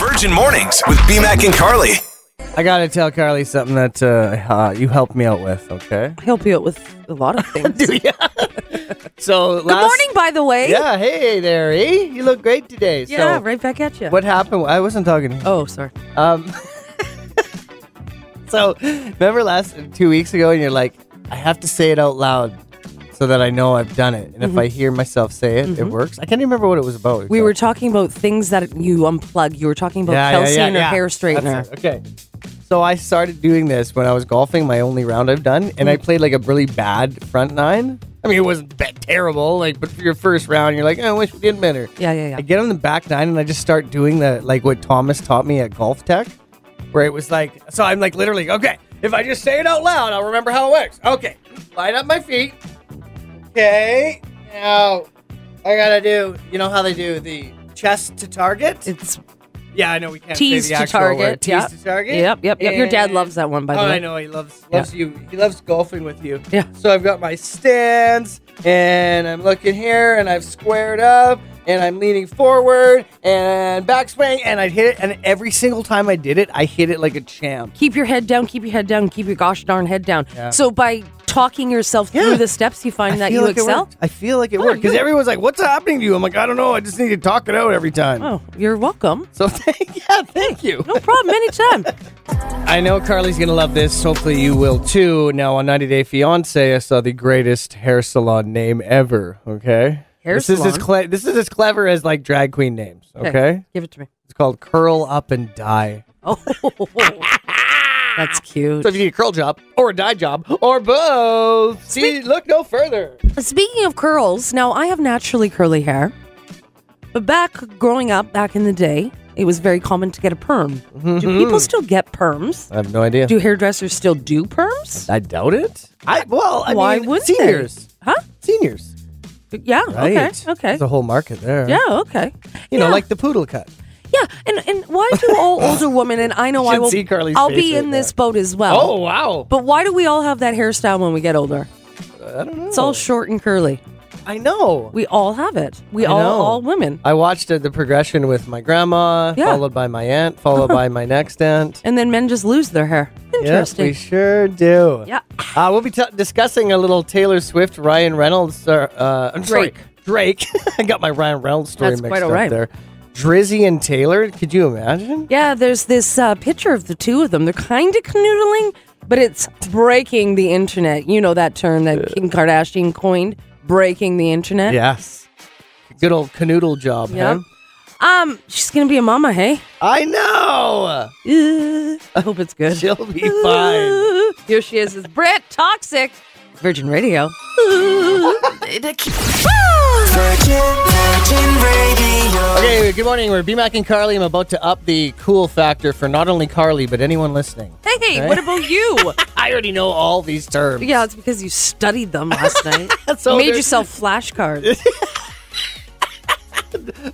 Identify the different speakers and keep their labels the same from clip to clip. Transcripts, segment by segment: Speaker 1: Virgin Mornings with BMAC and Carly.
Speaker 2: I gotta tell Carly something that uh, uh, you helped me out with, okay?
Speaker 3: I help you out with a lot of things. Good
Speaker 2: So last,
Speaker 3: morning, by the way.
Speaker 2: Yeah, hey there, eh? You look great today.
Speaker 3: Yeah,
Speaker 2: so,
Speaker 3: right back at you.
Speaker 2: What happened? I wasn't talking. to you.
Speaker 3: Oh, sorry.
Speaker 2: Um, so remember last two weeks ago, and you're like, I have to say it out loud so that I know I've done it, and if I hear myself say it, it works. I can't even remember what it was about.
Speaker 3: Mm-hmm. We were talking about things that you unplug. You were talking about
Speaker 2: Yeah, yeah,
Speaker 3: Kelsey
Speaker 2: yeah,
Speaker 3: and her
Speaker 2: yeah.
Speaker 3: hair
Speaker 2: That's
Speaker 3: straightener.
Speaker 2: it. Okay. So I started doing this when I was golfing, my only round I've done, and
Speaker 3: Mm.
Speaker 2: I played like a really bad front nine. I mean, it wasn't that terrible, like, but for your first round, you're like, "Oh, I wish we did better.
Speaker 3: Yeah, yeah,
Speaker 2: I
Speaker 3: yeah.
Speaker 2: get on the back nine and I just start doing the like what Thomas taught me at Golf Tech, where it was like, so I'm like literally, okay, if I just say it out loud, I'll remember how it works. Okay, line up my feet. Okay, now I gotta do, you know how they do the chest to target?
Speaker 3: It's
Speaker 2: yeah, I know we can't
Speaker 3: tease
Speaker 2: say the
Speaker 3: to
Speaker 2: actual
Speaker 3: target.
Speaker 2: word. Tease
Speaker 3: yep.
Speaker 2: to target.
Speaker 3: Yep, yep, yep. Your dad loves that one, by the
Speaker 2: oh,
Speaker 3: way.
Speaker 2: I know he loves loves you. He loves golfing with you.
Speaker 3: Yeah.
Speaker 2: So I've got my stands, and I'm looking here, and I've squared up, and I'm leaning forward, and backswing, and I hit it, and every single time I did it, I hit it like a champ.
Speaker 3: Keep your head down. Keep your head down. Keep your gosh darn head down.
Speaker 2: Yeah.
Speaker 3: So by talking yourself through
Speaker 2: Yeah.
Speaker 3: the steps, you find
Speaker 2: I
Speaker 3: that
Speaker 2: feel
Speaker 3: you
Speaker 2: like it
Speaker 3: excel. Oh,
Speaker 2: worked. I feel like it worked because everyone's like, "What's happening to you?" I'm like, "I don't know. I just need to talk it out every time."
Speaker 3: Oh, you're welcome.
Speaker 2: So thank, yeah, thank you.
Speaker 3: No problem. Anytime.
Speaker 2: I know Carly's gonna love this. Hopefully, you will too. Now on 90 Day Fiance, I saw the greatest hair salon name ever. Okay,
Speaker 3: Hair
Speaker 2: this is as
Speaker 3: salon?
Speaker 2: cle- this is as clever as like drag queen names. Okay,
Speaker 3: Give it to me.
Speaker 2: it's called Curl Up and Dye.
Speaker 3: Oh, that's cute.
Speaker 2: So if you need a curl job or a dye job or both, see, look no further.
Speaker 3: Speaking of curls, now I have naturally curly hair, but back growing up, back in the day, it was very common to get a perm.
Speaker 2: Mm-hmm.
Speaker 3: Do people still get perms?
Speaker 2: I have no idea.
Speaker 3: Do hairdressers still do perms?
Speaker 2: I doubt it. I well, I
Speaker 3: Why
Speaker 2: mean,
Speaker 3: wouldn't they?
Speaker 2: seniors,
Speaker 3: Huh?
Speaker 2: seniors,
Speaker 3: Yeah.
Speaker 2: right?
Speaker 3: Okay. Okay.
Speaker 2: There's a whole market there.
Speaker 3: Yeah. Okay.
Speaker 2: you know,
Speaker 3: yeah.
Speaker 2: like the poodle cut.
Speaker 3: yeah. And and why do all older women? And I know
Speaker 2: You
Speaker 3: I
Speaker 2: should
Speaker 3: will.
Speaker 2: see Carly's
Speaker 3: I'll
Speaker 2: face
Speaker 3: be
Speaker 2: right
Speaker 3: in
Speaker 2: now.
Speaker 3: this boat as well.
Speaker 2: Oh wow!
Speaker 3: But why do we all have that hairstyle when we get older? I don't know. It's all short and curly.
Speaker 2: I know.
Speaker 3: We all have it. We
Speaker 2: I
Speaker 3: all,
Speaker 2: know.
Speaker 3: all women.
Speaker 2: I watched uh, the progression with my grandma,
Speaker 3: Yeah.
Speaker 2: followed by my aunt, followed by my next aunt.
Speaker 3: And then men just lose their hair.
Speaker 2: Yes, we
Speaker 3: Interesting.
Speaker 2: sure do.
Speaker 3: Yeah.
Speaker 2: Uh, we'll be t- discussing a little Taylor Swift, Ryan Reynolds, uh, uh, I'm sorry, Drake. I got my Ryan Reynolds story
Speaker 3: That's
Speaker 2: mixed
Speaker 3: quite all
Speaker 2: up
Speaker 3: right.
Speaker 2: there. Drizzy and Taylor, could you imagine?
Speaker 3: Yeah, there's this uh, picture of the two of them. They're kind of canoodling, but it's breaking the internet. You know that term that Kim Kardashian coined, breaking the internet.
Speaker 2: Yes. Good old canoodle job,
Speaker 3: Yep.
Speaker 2: huh?
Speaker 3: Um, she's gonna be a mama, hey?
Speaker 2: I know.
Speaker 3: Uh, I hope it's good.
Speaker 2: She'll be fine.
Speaker 3: Uh, Here she is, is Brett Toxic, Virgin Radio.
Speaker 2: Okay, good morning. We're BMAC and Carly. I'm about to up the cool factor for not only Carly, but anyone listening.
Speaker 3: Hey, what about you?
Speaker 2: I already know all these terms.
Speaker 3: yeah, it's because you studied them last night.
Speaker 2: So
Speaker 3: Made
Speaker 2: there's-
Speaker 3: yourself flashcards.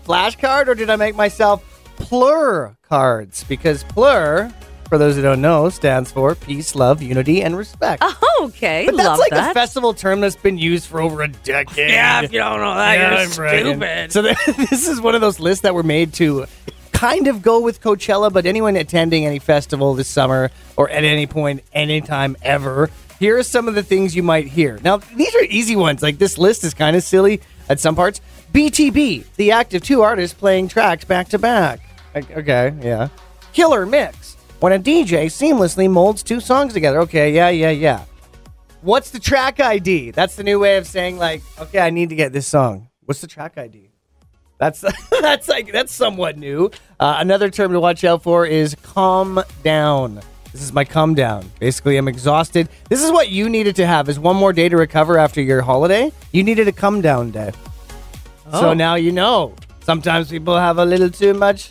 Speaker 2: flashcard or did I make myself plur cards? Because plur, for those who don't know, stands for peace, love, unity, and respect.
Speaker 3: Oh, okay,
Speaker 2: but that's
Speaker 3: love
Speaker 2: like a
Speaker 3: that.
Speaker 2: festival term that's been used for over a decade.
Speaker 3: yeah, if you don't know that,
Speaker 2: Yeah,
Speaker 3: you're
Speaker 2: I'm right.
Speaker 3: stupid.
Speaker 2: So th- this is one of those lists that were made to kind of go with Coachella, but anyone attending any festival this summer or at any point, anytime ever, here are some of the things you might hear. Now, these are easy ones. Like this list is kind of silly at some parts. BTB, the act of two artists playing tracks back to back. Like, Okay, yeah. Killer mix, when a DJ seamlessly molds two songs together. Okay, yeah, yeah, yeah. What's the track ID? That's the new way of saying like, okay, I need to get this song. What's the track ID? That's that's like that's somewhat new. Uh, another term to watch out for is calm down. This is my calm down. Basically, I'm exhausted. This is what you needed to have is one more day to recover after your holiday. You needed a calm down day.
Speaker 3: Oh.
Speaker 2: So now you know. Sometimes people have a little too much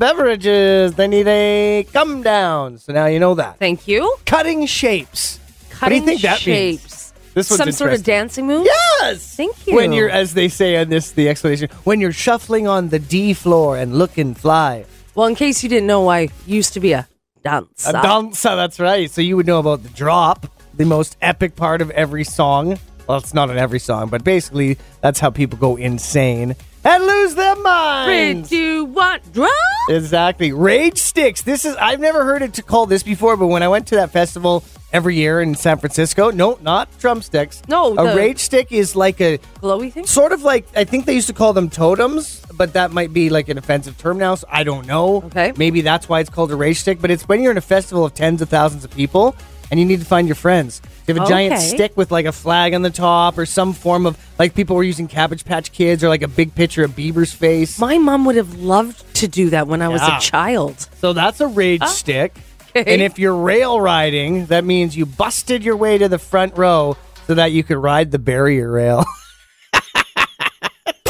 Speaker 2: beverages. They need a calm down. So now you know that.
Speaker 3: Thank you.
Speaker 2: Cutting shapes.
Speaker 3: Cutting
Speaker 2: what do you think that means?
Speaker 3: shapes.
Speaker 2: This one's
Speaker 3: Some sort of
Speaker 2: interesting.
Speaker 3: dancing move?
Speaker 2: Yes.
Speaker 3: Thank you.
Speaker 2: When you're, as they say in this, the explanation, when you're shuffling on the D floor and looking fly.
Speaker 3: Well, in case you didn't know, I used to be a dancer.
Speaker 2: A dancer, that's right. So you would know about the drop, the most epic part of every song. Well, it's not in every song, but basically that's how people go insane. and lose their minds.
Speaker 3: two, one, drop.
Speaker 2: Exactly. Rage Sticks. This is I've never heard it to call this before, but when I went to that festival every year in San Francisco, no, not drumsticks.
Speaker 3: No,
Speaker 2: a
Speaker 3: the-
Speaker 2: rage stick is like a
Speaker 3: Glowy thing?
Speaker 2: sort of like I think they used to call them totems, but that might be like an offensive term now. So I don't know.
Speaker 3: Okay.
Speaker 2: Maybe that's why it's called a rage stick. But it's when you're in a festival of tens of thousands of people and you need to find your friends. You have a giant
Speaker 3: Okay.
Speaker 2: stick with like a flag on the top or some form of like people were using Cabbage Patch Kids or like a big picture of Bieber's face.
Speaker 3: My mom would have loved to do that when I was
Speaker 2: Yeah.
Speaker 3: a child.
Speaker 2: So that's a rage stick.
Speaker 3: Ah. okay.
Speaker 2: And if you're rail riding, that means you busted your way to the front row so that you could ride the barrier rail.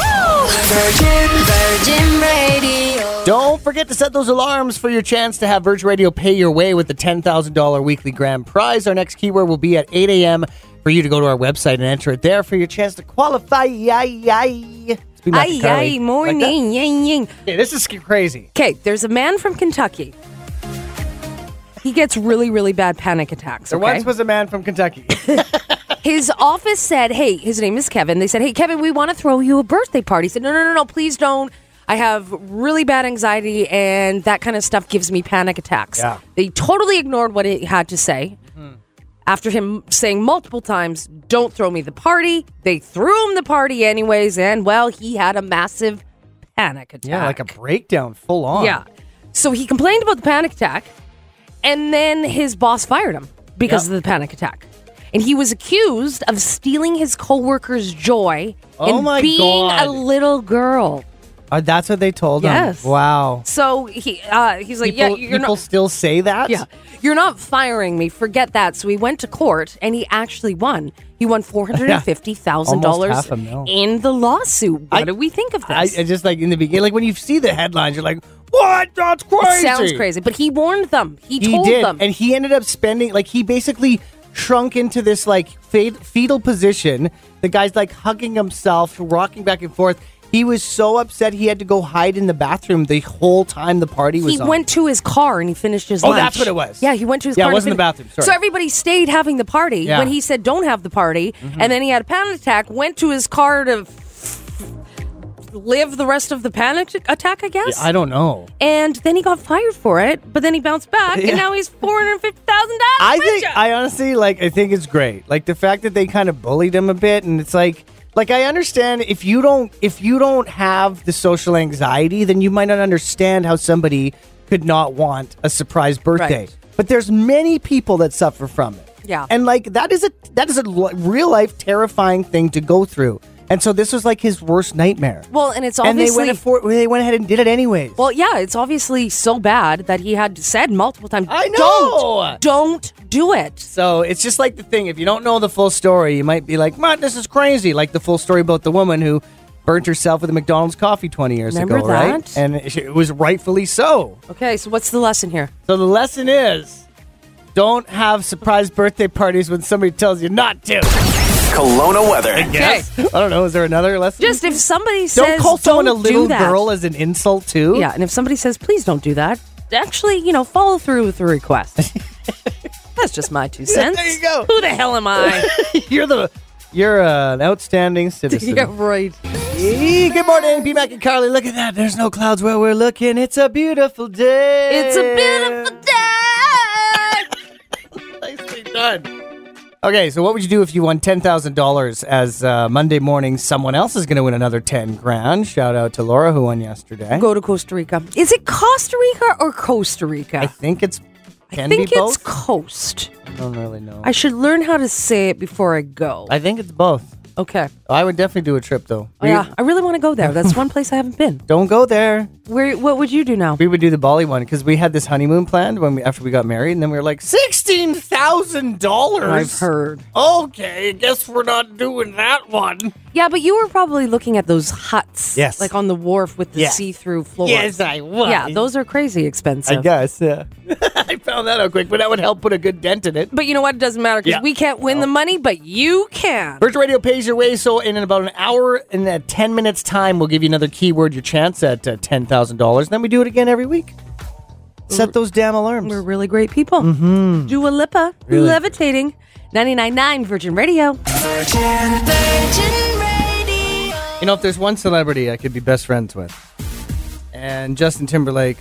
Speaker 4: Virgin, Virgin Radio.
Speaker 2: Don't forget to set those alarms for your chance to have Virgin Radio pay your way with the $10,000 weekly grand prize. Our next keyword will be at 8 a.m. for you to go to our website and enter it there for your chance to qualify. Yay, yay. It's be Mac
Speaker 3: Aye,
Speaker 2: and Carly.
Speaker 3: aye,
Speaker 2: Like that?
Speaker 3: morning, ying, ying.
Speaker 2: Okay, this is crazy.
Speaker 3: Okay, there's a man from Kentucky. He gets really, really bad panic attacks.
Speaker 2: There
Speaker 3: okay?
Speaker 2: once was a man from Kentucky.
Speaker 3: His office said, "Hey, his name is Kevin." They said, "Hey, Kevin, we want to throw you a birthday party." He said, "No, no, no, no, please don't. I have really bad anxiety, and that kind of stuff gives me panic attacks."
Speaker 2: Yeah. Mm-hmm.
Speaker 3: They totally ignored what it had to say. After him saying multiple times, "Don't throw me the party," they threw him the party anyways, and well, he had a massive panic attack.
Speaker 2: yeah, like a breakdown full on.
Speaker 3: Yeah. So he complained about the panic attack, and then his boss fired him because
Speaker 2: Yep.
Speaker 3: of the panic attack. And he was accused of stealing his coworker's joy
Speaker 2: Oh
Speaker 3: and
Speaker 2: my
Speaker 3: being
Speaker 2: God.
Speaker 3: a little girl.
Speaker 2: Uh, that's what they told
Speaker 3: Yes.
Speaker 2: him. Wow.
Speaker 3: So he uh, he's like,
Speaker 2: People,
Speaker 3: yeah, you're
Speaker 2: people
Speaker 3: not,
Speaker 2: still say that?
Speaker 3: yeah, you're not firing me. Forget that. So he went to court, and he actually won. He won four hundred and fifty thousand
Speaker 2: Almost
Speaker 3: dollars
Speaker 2: half a mil.
Speaker 3: in the lawsuit. What
Speaker 2: I-
Speaker 3: do we think of this?
Speaker 2: I, I just like in the beginning, like when you see the headlines, you're like, "What? That's crazy."
Speaker 3: Sounds crazy, but he warned them. He,
Speaker 2: He
Speaker 3: told
Speaker 2: did,
Speaker 3: them.
Speaker 2: and he ended up spending like he basically shrunk into this like fed- fetal position. The guy's like hugging himself, rocking back and forth. He was so upset he had to go hide in the bathroom the whole time the party was
Speaker 3: he
Speaker 2: on.
Speaker 3: went to his car and he finished his
Speaker 2: Oh,
Speaker 3: lunch.
Speaker 2: that's what it was.
Speaker 3: Yeah, he went to his
Speaker 2: Yeah, it
Speaker 3: car. and
Speaker 2: wasn't the
Speaker 3: fin-
Speaker 2: bathroom, sorry.
Speaker 3: So everybody stayed having the party
Speaker 2: Yeah. Mm-hmm.
Speaker 3: when he said don't have the party. And then he had a panic attack, went to his car to f- live the rest of the panic attack, I guess.
Speaker 2: I don't know.
Speaker 3: and then he got fired for it, but then he bounced back
Speaker 2: Yeah.
Speaker 3: and now he's $450,000.
Speaker 2: I think I honestly like I think it's great. Like the fact that they kind of bullied him a bit and it's like like I understand if you don't if you don't have the social anxiety then you might not understand how somebody could not want a surprise birthday.
Speaker 3: Right.
Speaker 2: But there's many people that suffer from it.
Speaker 3: Yeah.
Speaker 2: And like that is a that is a li- real life terrifying thing to go through. And so this was like his worst nightmare.
Speaker 3: Well, and it's
Speaker 2: and
Speaker 3: obviously
Speaker 2: they went for, they went ahead and did it anyways.
Speaker 3: Well, yeah, it's obviously so bad that he had said multiple times,
Speaker 2: I know!
Speaker 3: Don't, don't do it.
Speaker 2: So it's just like the thing. If you don't know the full story, you might be like, "Man, this is crazy!" Like the full story about the woman who burnt herself with a McDonald's coffee twenty years
Speaker 3: Remember
Speaker 2: ago, right?
Speaker 3: that?
Speaker 2: And it it was rightfully so.
Speaker 3: Okay, so what's the lesson here?
Speaker 2: So the lesson is, don't have surprise birthday parties when somebody tells you not to.
Speaker 1: Kelowna weather.
Speaker 3: Yes.
Speaker 2: I don't know. Is there another lesson?
Speaker 3: Just if somebody says,
Speaker 2: don't call someone
Speaker 3: "Don't
Speaker 2: a
Speaker 3: do
Speaker 2: little
Speaker 3: that."
Speaker 2: girl as an insult too.
Speaker 3: Yeah, and if somebody says, please don't do that, actually, you know, follow through with the request. That's just my two cents.
Speaker 2: there you go.
Speaker 3: Who the hell am I?
Speaker 2: you're the you're an outstanding citizen.
Speaker 3: yeah, right.
Speaker 2: Hey, good morning, P Mac and Carly. Look at that. There's no clouds where we're looking. It's a beautiful day.
Speaker 3: It's a beautiful day.
Speaker 2: Nicely done. Okay, so what would you do if you won ten thousand dollars? As uh, Monday morning, someone else is going to win another ten grand. Shout out to Laura who won yesterday.
Speaker 3: Go to Costa Rica. Is it Costa Rica or Costa Rica?
Speaker 2: I think it's can
Speaker 3: I think
Speaker 2: be
Speaker 3: it's
Speaker 2: both.
Speaker 3: coast.
Speaker 2: I don't really know.
Speaker 3: I should learn how to say it before I go.
Speaker 2: I think it's both.
Speaker 3: okay.
Speaker 2: I would definitely do a trip though. We-
Speaker 3: Oh, Yeah, I really want to go there. That's one place I haven't been.
Speaker 2: Don't go there.
Speaker 3: Where? What would you do now?
Speaker 2: We would do the Bali one because we had this honeymoon planned when we after we got married, and then we were like sixteen thousand dollars.
Speaker 3: I've heard.
Speaker 2: Okay, guess we're not doing that one.
Speaker 3: Yeah, but you were probably looking at those huts.
Speaker 2: Yes.
Speaker 3: Like on the wharf with the
Speaker 2: Yeah.
Speaker 3: see through floors.
Speaker 2: Yes, I was.
Speaker 3: Yeah, those are crazy expensive.
Speaker 2: I guess. Yeah, I found that out quick, but that would help put a good dent in it.
Speaker 3: But you know what? It doesn't matter because
Speaker 2: Yeah.
Speaker 3: we can't win the money, but you can.
Speaker 2: Virgin Radio pays your way, so in about an hour and uh, 10 minutes' time, we'll give you another keyword, your chance at uh, $10,000. Then we do it again every week. Set those damn alarms.
Speaker 3: We're really great people. Mm-hmm. Dua Lipa,
Speaker 2: Really.
Speaker 3: levitating. 99.9 Virgin Radio.
Speaker 4: Virgin, Virgin Radio.
Speaker 2: You know, if there's one celebrity I could be best friends with, and Justin Timberlake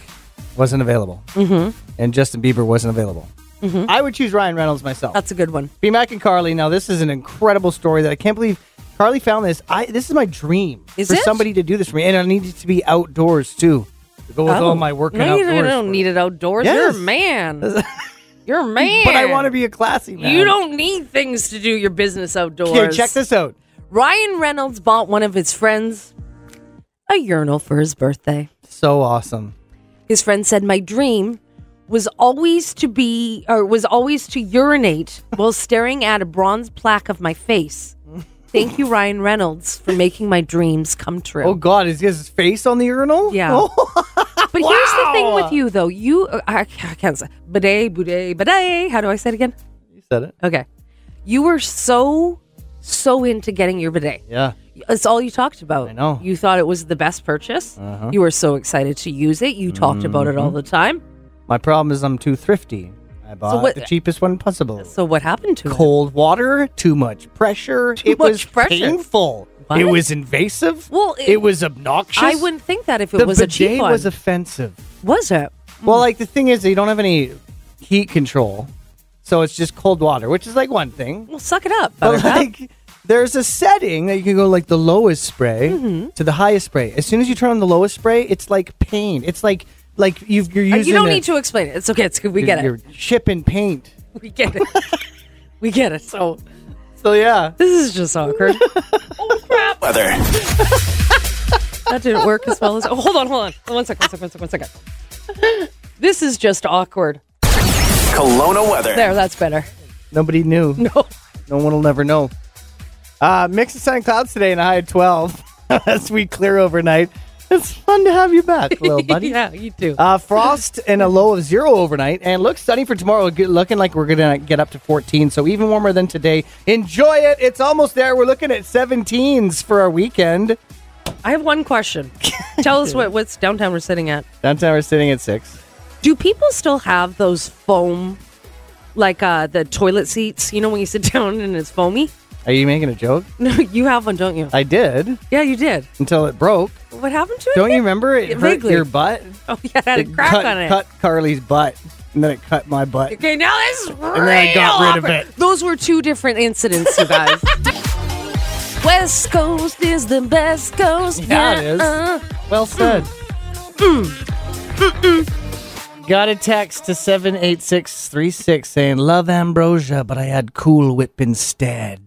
Speaker 2: wasn't available, mm-hmm. and Justin Bieber wasn't available,
Speaker 3: Mm-hmm.
Speaker 2: I would choose Ryan Reynolds myself.
Speaker 3: That's a good one.
Speaker 2: B Mac and Carly. Now, this is an incredible story that I can't believe Carly found this. I this is my dream
Speaker 3: Is
Speaker 2: for
Speaker 3: it?
Speaker 2: somebody to do this for me, and I need it to be outdoors too. To go with
Speaker 3: Oh.
Speaker 2: all my working
Speaker 3: no,
Speaker 2: outdoors.
Speaker 3: you don't- you don't
Speaker 2: for-
Speaker 3: need it outdoors.
Speaker 2: Yes.
Speaker 3: You're a man. You're a man.
Speaker 2: but I want to be a classy man.
Speaker 3: You don't need things to do your business outdoors.
Speaker 2: Here, check this out.
Speaker 3: Ryan Reynolds bought one of his friends a urinal for his birthday.
Speaker 2: So awesome.
Speaker 3: His friend said, "My dream was always to be or was always to urinate while staring at a bronze plaque of my face." Thank you, Ryan Reynolds, for making my dreams come true.
Speaker 2: Oh God, is he has his face on the urinal?
Speaker 3: Yeah.
Speaker 2: Oh,
Speaker 3: but here's the thing
Speaker 2: wow.
Speaker 3: with you, though. You, uh, I, I can't say bidet, bidet, bidet. How do I say it again?
Speaker 2: you said it.
Speaker 3: Okay. You were so, so into getting your bidet.
Speaker 2: Yeah.
Speaker 3: It's all you talked about.
Speaker 2: I know. Uh-huh.
Speaker 3: You thought it was the best purchase. You were so excited to use it. You talked about it all
Speaker 2: Mm-hmm.
Speaker 3: the time.
Speaker 2: My problem is I'm too thrifty. I bought
Speaker 3: what-
Speaker 2: the cheapest one possible.
Speaker 3: So what happened to it?
Speaker 2: Cold water, too much pressure. it
Speaker 3: much
Speaker 2: was
Speaker 3: pressure.
Speaker 2: painful.
Speaker 3: What?
Speaker 2: It was invasive.
Speaker 3: Well,
Speaker 2: it,
Speaker 3: it-
Speaker 2: was obnoxious.
Speaker 3: I wouldn't think that if it
Speaker 2: the
Speaker 3: was
Speaker 2: bidet
Speaker 3: a cheap one. Mm.
Speaker 2: was offensive.
Speaker 3: was it?
Speaker 2: Well, like the thing is, they don't have any heat control, so it's just cold water, which is like one thing.
Speaker 3: Well, suck it up.
Speaker 2: But
Speaker 3: Buttercup.
Speaker 2: like, there's a setting that you can go like the lowest spray
Speaker 3: Mm-hmm.
Speaker 2: to the highest spray. As soon as you turn on the lowest spray, it's like pain. It's like like you've, you're
Speaker 3: Uh,
Speaker 2: using.
Speaker 3: you don't
Speaker 2: a-
Speaker 3: need to explain it. It's okay. It's good. We get
Speaker 2: You're
Speaker 3: it.
Speaker 2: shipping paint.
Speaker 3: We get it. we get it. So
Speaker 2: So yeah,
Speaker 3: this is just awkward.
Speaker 1: Weather.
Speaker 3: that didn't work as well as. Oh, hold on, hold on. One second. One second. One second. One second. This is just awkward.
Speaker 1: Kelowna weather.
Speaker 3: There, that's better.
Speaker 2: nobody knew.
Speaker 3: No.
Speaker 2: No one will never know. Uh, mix of sun and clouds today and a high of 12 as we clear overnight. It's fun to have you back, little buddy.
Speaker 3: yeah, you do.
Speaker 2: Uh, frost and a low of zero overnight, and looks sunny for tomorrow. Good, looking like we're gonna get up to 14, so even warmer than today. Enjoy it; it's almost there. We're looking at 17s for our weekend.
Speaker 3: I have one question. Tell us what, what's downtown we're sitting at.
Speaker 2: Downtown, we're sitting at six.
Speaker 3: Do people still have those foam, like uh, the toilet seats? You know, when you sit down and it's foamy?
Speaker 2: Are you making a joke?
Speaker 3: No, you have one, don't you?
Speaker 2: I did
Speaker 3: Yeah, you did.
Speaker 2: until it broke.
Speaker 3: What happened to it?
Speaker 2: Don't you
Speaker 3: again?
Speaker 2: remember it hurt
Speaker 3: Vaguely.
Speaker 2: your butt?
Speaker 3: Oh, yeah, it had a
Speaker 2: It
Speaker 3: crack
Speaker 2: cut,
Speaker 3: on it.
Speaker 2: cut Carly's butt, and then it cut my butt.
Speaker 3: Okay, now this is real
Speaker 2: then I got rid of
Speaker 3: awkward.
Speaker 2: it.
Speaker 3: Those were two different incidents, you guys. West Coast is the best coast.
Speaker 2: Yeah, it is.
Speaker 3: uh.
Speaker 2: Well said.
Speaker 3: Mm-hmm.
Speaker 2: Got a text to 78636 saying, Love ambrosia, but I had cool whip instead.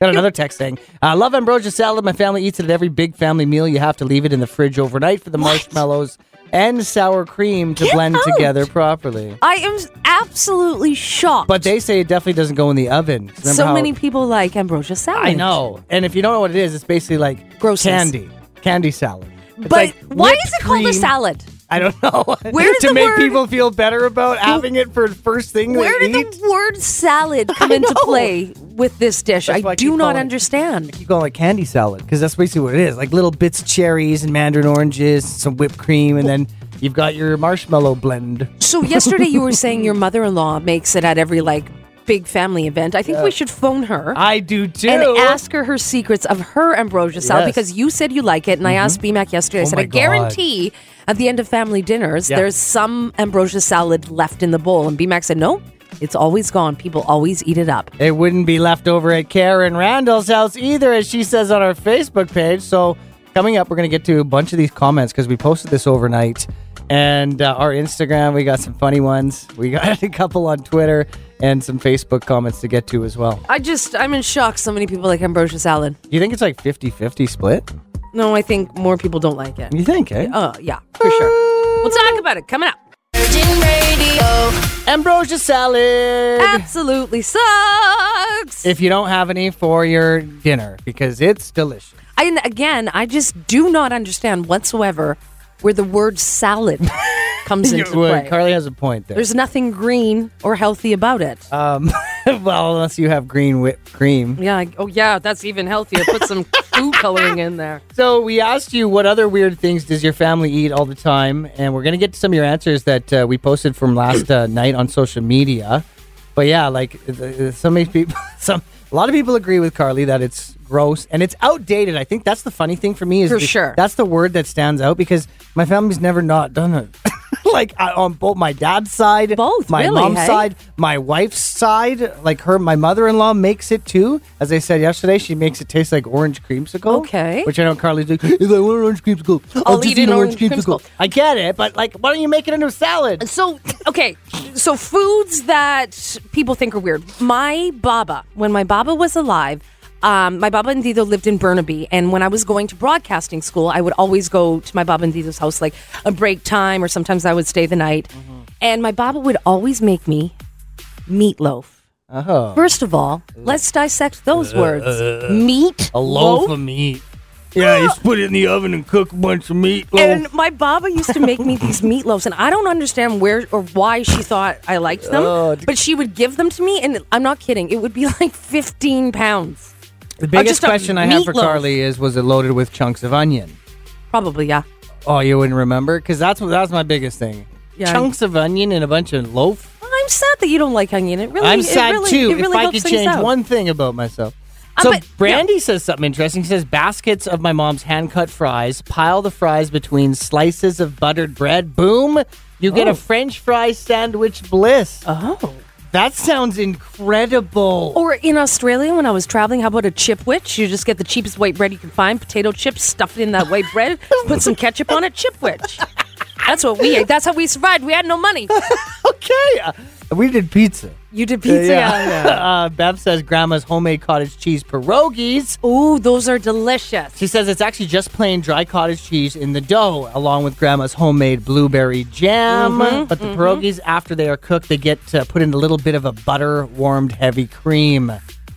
Speaker 2: Got another text saying, I love ambrosia salad. My family eats it at every big family meal. You have to leave it in the fridge overnight for the marshmallows and sour cream to
Speaker 3: Get
Speaker 2: blend
Speaker 3: out.
Speaker 2: together properly.
Speaker 3: I am absolutely shocked.
Speaker 2: But they say it definitely doesn't go in the oven. Remember
Speaker 3: so
Speaker 2: how-
Speaker 3: many people like ambrosia salad.
Speaker 2: I know. And if you don't know what it is, it's basically like
Speaker 3: Grossness.
Speaker 2: candy, candy salad. It's
Speaker 3: But
Speaker 2: like
Speaker 3: why
Speaker 2: whipped
Speaker 3: is it called a
Speaker 2: cream-
Speaker 3: salad?
Speaker 2: I don't know.
Speaker 3: Where did
Speaker 2: to
Speaker 3: the
Speaker 2: make
Speaker 3: word-
Speaker 2: people feel better about having it for first thing
Speaker 3: Where
Speaker 2: they
Speaker 3: did
Speaker 2: eat?
Speaker 3: the word salad come into play with this dish?
Speaker 2: That's why
Speaker 3: I
Speaker 2: I keep
Speaker 3: do not
Speaker 2: calling it-
Speaker 3: understand.
Speaker 2: you call it candy salad because that's basically what it is. Like little bits of cherries and mandarin oranges, some whipped cream, and then you've got your marshmallow blend.
Speaker 3: So yesterday you were saying your mother-in-law makes it at every like big family event. I think we should phone her.
Speaker 2: I do too.
Speaker 3: and ask her her secrets of her ambrosia salad
Speaker 2: Yes.
Speaker 3: because you said you like it, and I asked BMAC yesterday. I
Speaker 2: Oh
Speaker 3: said
Speaker 2: my
Speaker 3: I guarantee at the end of family dinners
Speaker 2: Yeah.
Speaker 3: there's some ambrosia salad left in the bowl, and BMAC said no, it's always gone. People always eat it up.
Speaker 2: it wouldn't be left over at Karen Randall's house either, as she says on our Facebook page. So, coming up, we're going to get to a bunch of these comments because we posted this overnight. And uh, our Instagram, we got some funny ones. We got a couple on Twitter and some Facebook comments to get to as well.
Speaker 3: I just I'm in shock. So many people like ambrosia salad.
Speaker 2: Do you think it's like 50 50 split?
Speaker 3: No, I think more people don't like it.
Speaker 2: You think, eh?
Speaker 3: Uh, yeah, for sure. We'll talk about it coming up.
Speaker 4: Virgin Radio.
Speaker 2: Ambrosia salad.
Speaker 3: Absolutely sucks.
Speaker 2: if you don't have any for your dinner, because it's delicious.
Speaker 3: and again, I just do not understand whatsoever where the word salad comes into
Speaker 2: Well,
Speaker 3: play.
Speaker 2: Carly has a point there.
Speaker 3: There's nothing green or healthy about it.
Speaker 2: Um, well, unless you have green whipped cream.
Speaker 3: yeah. I- Oh, yeah. That's even healthier. Put some food coloring in there.
Speaker 2: So we asked you what other weird things does your family eat all the time, and we're gonna get to some of your answers that uh, we posted uh, from last uh, night on social media. But yeah, like th- th- so many people, some A lot of people agree with Carly that it's gross and it's outdated. I think that's the funny thing for me is
Speaker 3: For
Speaker 2: the-
Speaker 3: sure.
Speaker 2: that's the word that stands out because my family's never not done it. like I, on both my dad's side,
Speaker 3: Both,
Speaker 2: my
Speaker 3: really,
Speaker 2: mom's
Speaker 3: hey?
Speaker 2: side, my wife's side. Like her, my mother-in-law makes it too. As I said yesterday, she makes it taste like orange creamsicle.
Speaker 3: Okay.
Speaker 2: which I know Carly's like, if I want an orange creamsicle, I'll,
Speaker 3: I'll
Speaker 2: just
Speaker 3: eat an orange creamsicle."
Speaker 2: I get it, but like, why don't you make it into a salad?
Speaker 3: So, okay, so foods that people think are weird. My baba, when my baba was alive, um, my baba and Dido lived in Burnaby, and when I was going to broadcasting school, I would always go to my baba and Dido's house like a break time, or sometimes I would stay the night.
Speaker 2: Mm-hmm.
Speaker 3: And my baba would always make me meatloaf.
Speaker 2: Oh,
Speaker 3: First of all, let's dissect those
Speaker 2: Uh,
Speaker 3: words. Meat,
Speaker 2: a loaf of meat. Yeah, you just put it in the oven and cook a bunch of meat.
Speaker 3: And my baba used to make me these meatloaves, and I don't understand where or why she thought I liked them.
Speaker 2: Oh, d-
Speaker 3: but she would give them to me, and I'm not kidding. It would be like 15 pounds,
Speaker 2: The biggest
Speaker 3: just a
Speaker 2: question I have for
Speaker 3: meatloaf.
Speaker 2: Carly is: Was it loaded with chunks of onion?
Speaker 3: probably. Yeah.
Speaker 2: Oh, you wouldn't remember because that's what that's my biggest thing.
Speaker 3: Yeah.
Speaker 2: Chunks of onion and a bunch of loaf.
Speaker 3: I'm sad that you don't like onion. It really,
Speaker 2: I'm
Speaker 3: it
Speaker 2: sad
Speaker 3: really-
Speaker 2: too.
Speaker 3: It really
Speaker 2: if I
Speaker 3: helps
Speaker 2: could
Speaker 3: things
Speaker 2: change
Speaker 3: out.
Speaker 2: one thing about myself.
Speaker 3: Uh,
Speaker 2: So
Speaker 3: but-
Speaker 2: Brandy says something interesting. She says baskets of my mom's hand cut fries. Pile the fries between slices of buttered bread. Boom! You get
Speaker 3: Oh.
Speaker 2: a French fry sandwich bliss.
Speaker 3: Oh.
Speaker 2: that sounds incredible.
Speaker 3: Or in Australia, when I was traveling, how about a chipwich? You just get the cheapest white bread you can find, potato chips, stuff it in that white bread, put some ketchup on it, chipwich. That's what we ate. That's how we survived. We had no money.
Speaker 2: Okay, uh, we did pizza.
Speaker 3: You did pizza.
Speaker 2: uh, Bev says grandma's homemade cottage cheese pierogies.
Speaker 3: Ooh, those are delicious.
Speaker 2: She says it's actually just plain dry cottage cheese in the dough, along with grandma's homemade blueberry jam.
Speaker 3: Mm-hmm,
Speaker 2: but the pierogies, after they are cooked, they get uh, put in a little bit of a butter warmed heavy cream.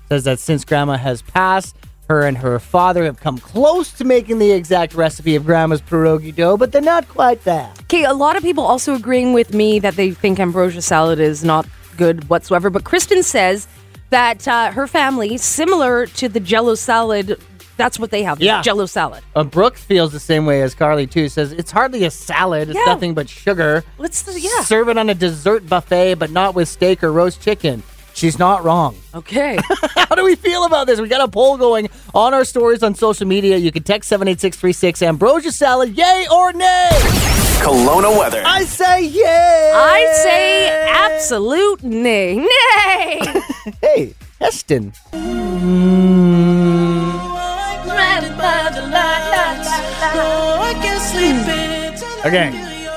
Speaker 2: Says that since grandma has passed, her and her father have come close to making the exact recipe of grandma's pierogi dough, but they're not quite there.
Speaker 3: Okay, a lot of people also agreeing with me that they think ambrosia salad is not good whatsoever. But Kristen says that uh, her family, similar to the Jello salad, that's what they have.
Speaker 2: Yeah.
Speaker 3: Jello salad.
Speaker 2: Uh, Brooke feels the same way as Carly too. Says it's hardly a salad; it's
Speaker 3: Yeah.
Speaker 2: nothing but sugar.
Speaker 3: Let's- yeah.
Speaker 2: serve it on a dessert buffet, but not with steak or roast chicken. She's not wrong.
Speaker 3: Okay.
Speaker 2: How do we feel about this? We got a poll going on our stories on social media. You can text seven eight six three six. Ambrosia salad, yay or nay?
Speaker 1: Kelowna weather.
Speaker 2: I say yay.
Speaker 3: I say absolute nay. Nay!
Speaker 2: Hey, Heston. Okay.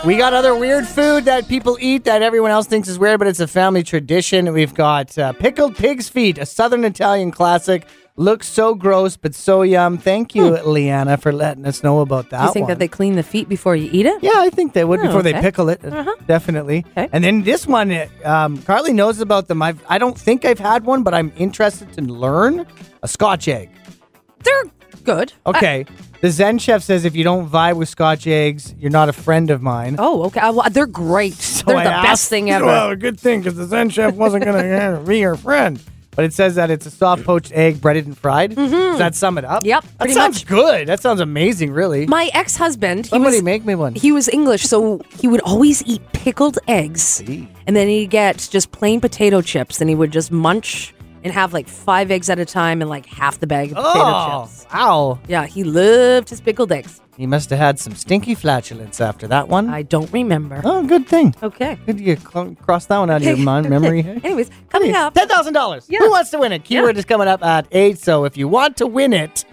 Speaker 2: We got other weird food that people eat that everyone else thinks is weird, but it's a family tradition. We've got uh, pickled pig's feet, a southern Italian classic. Looks so gross, but so yum. Thank you, Leanna, for letting us know about that.
Speaker 3: Hmm. you think
Speaker 2: one.
Speaker 3: that they clean the feet before you eat it?
Speaker 2: Yeah, I think they would
Speaker 3: Oh,
Speaker 2: before they
Speaker 3: okay.
Speaker 2: pickle it. Definitely.
Speaker 3: Okay.
Speaker 2: And then this one, uh, um, Carly knows about them. I've, I don't think I've had one, but I'm interested to learn a scotch egg.
Speaker 3: They're good.
Speaker 2: Okay. the Zen chef says if you don't vibe with scotch eggs, you're not a friend of mine. Oh,
Speaker 3: Oh, okay. Uh, well, they're great. they're the best thing ever.
Speaker 2: Well, a good thing because the Zen chef wasn't going to be your friend. But it says that it's a soft poached egg, breaded and fried. Does that sum it up?
Speaker 3: Mm-hmm. Yep,
Speaker 2: That
Speaker 3: pretty
Speaker 2: sounds
Speaker 3: much.
Speaker 2: good. That sounds amazing, really.
Speaker 3: My ex-husband, he
Speaker 2: Somebody
Speaker 3: was,
Speaker 2: make me one.
Speaker 3: He was English, so he would always eat pickled eggs, and then he'd get just plain potato chips, and he would just munch and have like five eggs at a time and like half the bag of potato
Speaker 2: oh,
Speaker 3: chips.
Speaker 2: wow.
Speaker 3: Yeah, he loved his pickled eggs.
Speaker 2: He must have had some stinky flatulence after that one.
Speaker 3: I don't remember.
Speaker 2: Oh, good thing.
Speaker 3: Okay.
Speaker 2: Good you cl- cross that one out of your mind, memory.
Speaker 3: Anyways, coming up.
Speaker 2: ten thousand dollars.
Speaker 3: Yeah.
Speaker 2: Who wants to win it? Keyword is coming up at eight. So if you want to win it,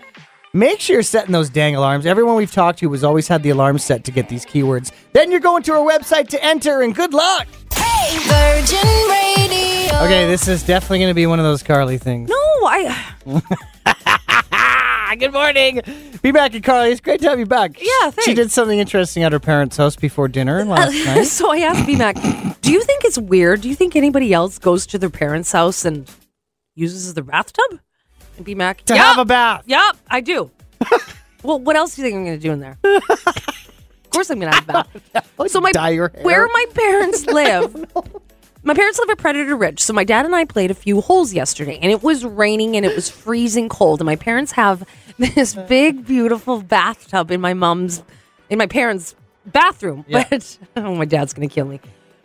Speaker 2: make sure you're setting those dang alarms. Everyone we've talked to has always had the alarm set to get these keywords. Then you're going to our website to enter, and good luck.
Speaker 4: Hey, Virgin Radio.
Speaker 2: Okay, this is definitely going to be one of those Carly things.
Speaker 3: Uh, No, I.
Speaker 2: Ah, good morning. Be back at Carly. It's great to have you back.
Speaker 3: Yeah,
Speaker 2: She
Speaker 3: thanks.
Speaker 2: did something interesting at her parents' house before dinner last night.
Speaker 3: so I asked BMAC, do you think it's weird? Do you think anybody else goes to their parents' house and uses the bathtub? And BMAC,
Speaker 2: To
Speaker 3: yeah,
Speaker 2: have a bath.
Speaker 3: Yep, I do. well, what else do you think I'm going to do in there? of course, I'm going to have a bath. so my
Speaker 2: dye your hair.
Speaker 3: where my parents live. My parents live at Predator Ridge, so my dad and I played a few holes yesterday, and it was raining and it was freezing cold. And my parents have this big, beautiful bathtub in my mom's, in my parents' bathroom. But oh, my dad's gonna kill me.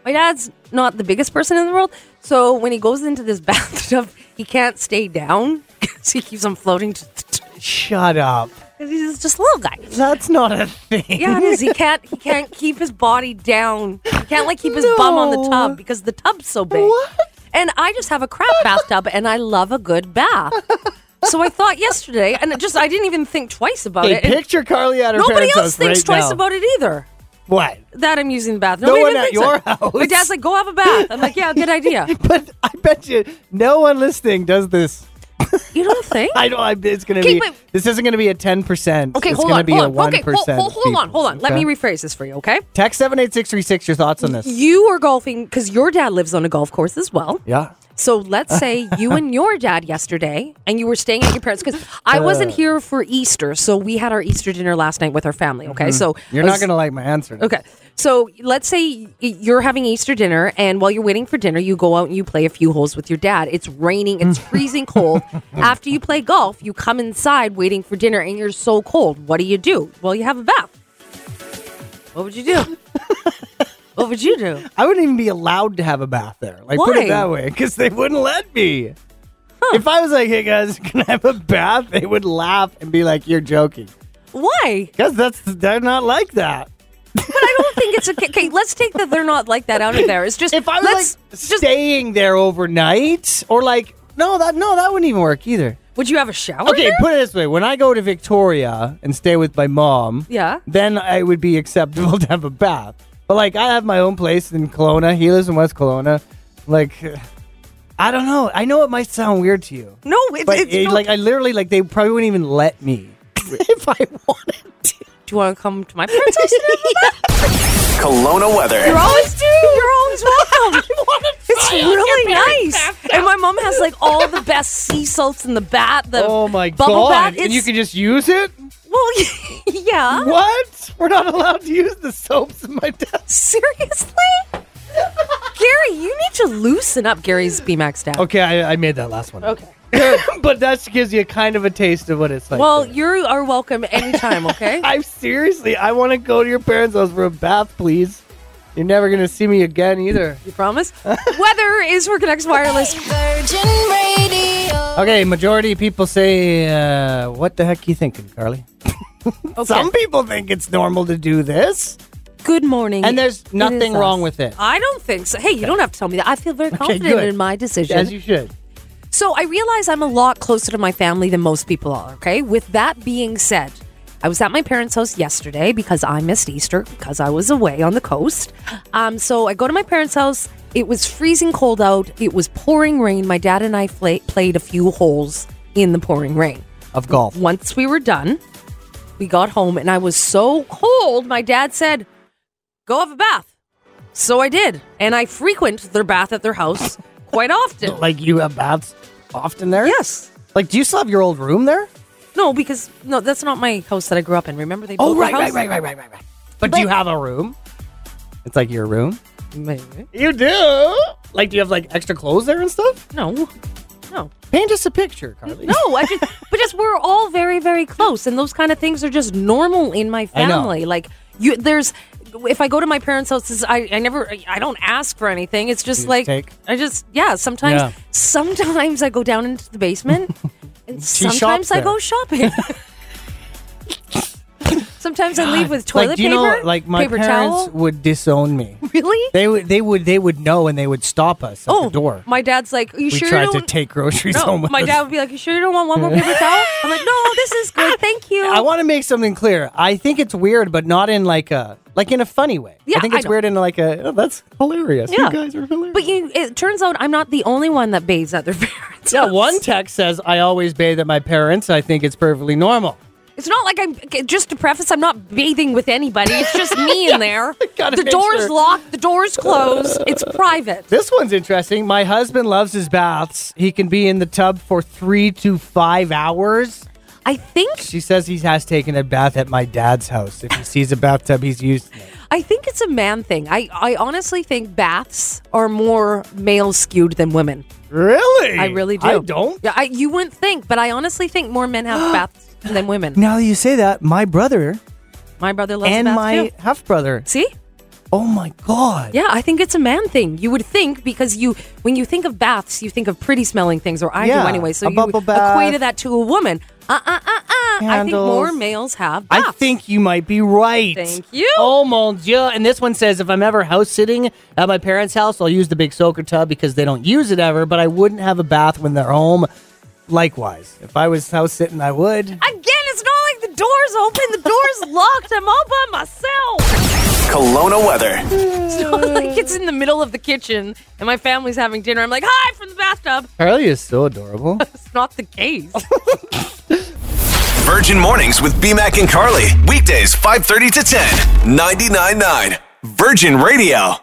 Speaker 3: my dad's not the biggest person in the world, so when he goes into this bathtub, he can't stay down because he keeps on floating to the top.
Speaker 2: Shut up.
Speaker 3: 'Cause he's just a little guy.
Speaker 2: That's not a thing.
Speaker 3: Yeah, it is. He can't. He can't keep his body down. He can't like keep his bum on the tub because the tub's so big.
Speaker 2: What?
Speaker 3: And I just have a crap bathtub, and I love a good bath. So I thought yesterday, and it just I didn't even think twice about
Speaker 2: Hey,
Speaker 3: it. and
Speaker 2: picture Carly at her
Speaker 3: nobody
Speaker 2: parents'
Speaker 3: else
Speaker 2: house
Speaker 3: thinks
Speaker 2: right
Speaker 3: twice
Speaker 2: now.
Speaker 3: about it either.
Speaker 2: what.
Speaker 3: That I'm using the bath.
Speaker 2: No
Speaker 3: Nobody
Speaker 2: one
Speaker 3: even
Speaker 2: at
Speaker 3: thinks
Speaker 2: your
Speaker 3: it.
Speaker 2: house.
Speaker 3: My dad's like, "Go have a bath." I'm like, "Yeah, good idea."
Speaker 2: But I bet you no one listening does this.
Speaker 3: You don't think?
Speaker 2: I don't. I, it's going to
Speaker 3: Okay,
Speaker 2: be.
Speaker 3: but-
Speaker 2: this isn't going to be a ten percent.
Speaker 3: Okay,
Speaker 2: it's
Speaker 3: hold
Speaker 2: gonna
Speaker 3: on,
Speaker 2: Be
Speaker 3: hold
Speaker 2: a
Speaker 3: on. Okay,
Speaker 2: 1%,
Speaker 3: hold, hold, hold on, hold on. Let me Mm.
Speaker 2: re-
Speaker 3: rephrase this for you, okay?
Speaker 2: text seven eight six three six. Your thoughts on this?
Speaker 3: You are golfing because your dad lives on a golf course as well.
Speaker 2: yeah.
Speaker 3: So let's say you and your dad yesterday, and you were staying at your parents because I wasn't
Speaker 2: Uh.
Speaker 3: here for Easter, so we had our Easter dinner last night with our family. Okay, so
Speaker 2: Mm-hmm. You're
Speaker 3: I
Speaker 2: not
Speaker 3: was-
Speaker 2: going to like my answer. to
Speaker 3: Okay, so let's say y- you're having Easter dinner, and while you're waiting for dinner, you go out and you play a few holes with your dad. It's raining, it's freezing cold. After you play golf, you come inside waiting for dinner, and you're so cold. What do you do? Well, you have a bath. What would you do? what would you do?
Speaker 2: I wouldn't even be allowed to have a bath there. Like put
Speaker 3: Why?
Speaker 2: it that way, because they wouldn't let me. If I was like, "Hey guys, can I have a bath?" They would laugh and be like, "You're joking,"
Speaker 3: Why?
Speaker 2: because that's they're not like that.
Speaker 3: I don't think it's okay. okay. Let's take that they're not like that out of there. It's just
Speaker 2: If I was
Speaker 3: let's
Speaker 2: like
Speaker 3: just
Speaker 2: staying there overnight, or like, no, that no, that wouldn't even work either.
Speaker 3: would you have a shower?
Speaker 2: Okay,
Speaker 3: there?
Speaker 2: put it this way: when I go to Victoria and stay with my mom,
Speaker 3: Yeah.
Speaker 2: then it would be acceptable to have a bath. But like, I have my own place in Kelowna. He lives in West Kelowna. Like, I don't know. I know it might sound weird to you,
Speaker 3: no, it's,
Speaker 2: but
Speaker 3: it's
Speaker 2: it-
Speaker 3: no-
Speaker 2: like, I literally like they probably wouldn't even let me if I wanted. to.
Speaker 3: do you want to come to my parents' house? today?
Speaker 1: Kelowna
Speaker 3: You're
Speaker 1: weather.
Speaker 3: always do. You're always welcome. it's really nice. And my mom has like all the best sea salts in the bat. The
Speaker 2: Oh my
Speaker 3: bubble
Speaker 2: god!
Speaker 3: Bat.
Speaker 2: And
Speaker 3: It's-
Speaker 2: you can just use it.
Speaker 3: well, yeah.
Speaker 2: What? We're not allowed to use the soaps in my desk.
Speaker 3: Seriously, Gary, you need to loosen up. Gary's BMAX down.
Speaker 2: Okay, I, I made that last one.
Speaker 3: Okay.
Speaker 2: but that gives you kind of a taste of what it's like.
Speaker 3: Well,
Speaker 2: there.
Speaker 3: you are welcome anytime. Okay.
Speaker 2: I seriously, I want to go to your parents' house for a bath, please. You're never gonna see me again either.
Speaker 3: you promise? Weather is for Connects Wireless.
Speaker 4: Virgin Radio.
Speaker 2: Okay, majority of people say, uh, "What the heck you thinking, Carly?"
Speaker 3: Okay.
Speaker 2: Some people think it's normal to do this,
Speaker 3: Good morning.
Speaker 2: and there's
Speaker 3: It
Speaker 2: nothing
Speaker 3: is
Speaker 2: wrong
Speaker 3: us.
Speaker 2: with it,
Speaker 3: I don't think so. Hey, you don't have to tell me that. I feel very confident
Speaker 2: good.
Speaker 3: in my decision.
Speaker 2: as you should.
Speaker 3: so I realize I'm a lot closer to my family than most people are, okay? With that being said, I was at my parents' house yesterday because I missed Easter because I was away on the coast. Um, so I go to my parents' house. It was freezing cold out. It was pouring rain. My dad and I fla- played a few holes in the pouring rain.
Speaker 2: Of golf,
Speaker 3: Once we were done, we got home and I was so cold, my dad said, Go have a bath. So I did. And I frequent their bath at their house quite often.
Speaker 2: like you have baths often there.
Speaker 3: yes.
Speaker 2: Like, do you still have your old room there?
Speaker 3: No, because no, that's not my house that I grew up in. Remember they built
Speaker 2: Oh, right,
Speaker 3: the
Speaker 2: right,
Speaker 3: house?
Speaker 2: right, right, right, right, right. But do you have a room? It's like your room.
Speaker 3: Maybe.
Speaker 2: You do. Like, do you have like extra clothes there and stuff?
Speaker 3: No. No.
Speaker 2: Paint us a picture, Carly.
Speaker 3: No, I just but just we're all very, very close and those kind of things are just normal in my
Speaker 2: I know.
Speaker 3: family. Like you there's if I go to my parents' houses, I, I never I don't ask for anything. It's just
Speaker 2: just
Speaker 3: like
Speaker 2: take?
Speaker 3: I just yeah, sometimes
Speaker 2: Yeah.
Speaker 3: sometimes I go down into the basement and
Speaker 2: She shops
Speaker 3: sometimes I
Speaker 2: there.
Speaker 3: go shopping. sometimes I leave with toilet
Speaker 2: like, do you
Speaker 3: paper,
Speaker 2: know, like my
Speaker 3: paper
Speaker 2: parents
Speaker 3: towel.
Speaker 2: would disown me.
Speaker 3: Really?
Speaker 2: They would, they would, they would know, and they would stop us at
Speaker 3: oh,
Speaker 2: the door.
Speaker 3: my dad's like, "Are you
Speaker 2: we
Speaker 3: sure you
Speaker 2: tried to
Speaker 3: don't
Speaker 2: take groceries
Speaker 3: no,
Speaker 2: home. With
Speaker 3: my
Speaker 2: us.
Speaker 3: dad would be like, "You sure you don't want one more paper towel?" I'm like, "No, this is good. Thank you."
Speaker 2: I want to make something clear. I think it's weird, but not in like a like in a funny way.
Speaker 3: Yeah,
Speaker 2: I think
Speaker 3: I
Speaker 2: it's
Speaker 3: know.
Speaker 2: weird in like a oh, that's hilarious.
Speaker 3: Yeah.
Speaker 2: You guys are hilarious.
Speaker 3: But you, it turns out I'm not the only one that bathes at their parents.
Speaker 2: yeah,
Speaker 3: house.
Speaker 2: one text says I always bathe at my parents. I think it's perfectly normal.
Speaker 3: It's not like I'm. okay, Just to preface, I'm not bathing with anybody. It's just me in there.
Speaker 2: gotta
Speaker 3: The
Speaker 2: make
Speaker 3: door's
Speaker 2: sure.
Speaker 3: locked. The door's closed. It's private.
Speaker 2: This one's interesting. My husband loves his baths. He can be in the tub for three to five hours.
Speaker 3: I think.
Speaker 2: She says he has taken a bath at my dad's house. If he sees a bathtub, he's used it.
Speaker 3: I think it's a man thing. I, I honestly think baths are more male skewed than women.
Speaker 2: Really?
Speaker 3: I really do.
Speaker 2: Eh, I don't.
Speaker 3: Yeah, I, you wouldn't think, but I honestly think more men have baths than women.
Speaker 2: Now that you say that, my brother
Speaker 3: My brother loves
Speaker 2: and
Speaker 3: baths
Speaker 2: my
Speaker 3: too.
Speaker 2: half brother
Speaker 3: See,
Speaker 2: Oh my god.
Speaker 3: Yeah, I think it's a man thing. You would think because you, when you think of baths, you think of pretty smelling things, or I
Speaker 2: Yeah,
Speaker 3: do anyway. So
Speaker 2: a
Speaker 3: you
Speaker 2: bubble bath.
Speaker 3: equated that to a woman. Uh uh uh uh. I think
Speaker 2: Candles.
Speaker 3: more males have baths.
Speaker 2: I think you might be right.
Speaker 3: Thank you.
Speaker 5: Oh mon dieu! And this one says, if I'm ever house sitting at my parents' house, I'll use the big soaker tub because they don't use it ever. But I wouldn't have a bath when they're home.
Speaker 2: Likewise, if I was house sitting, I would.
Speaker 3: Again, it's not like the door's open, the door's locked. I'm all by myself.
Speaker 1: Kelowna weather.
Speaker 3: It's not like it's in the middle of the kitchen and my family's having dinner. I'm like, hi from the bathtub.
Speaker 2: Carly is so adorable.
Speaker 3: It's not the case.
Speaker 1: Virgin Mornings with BMAC and Carly. Weekdays 5:30 to 10. 99.9 Virgin Radio.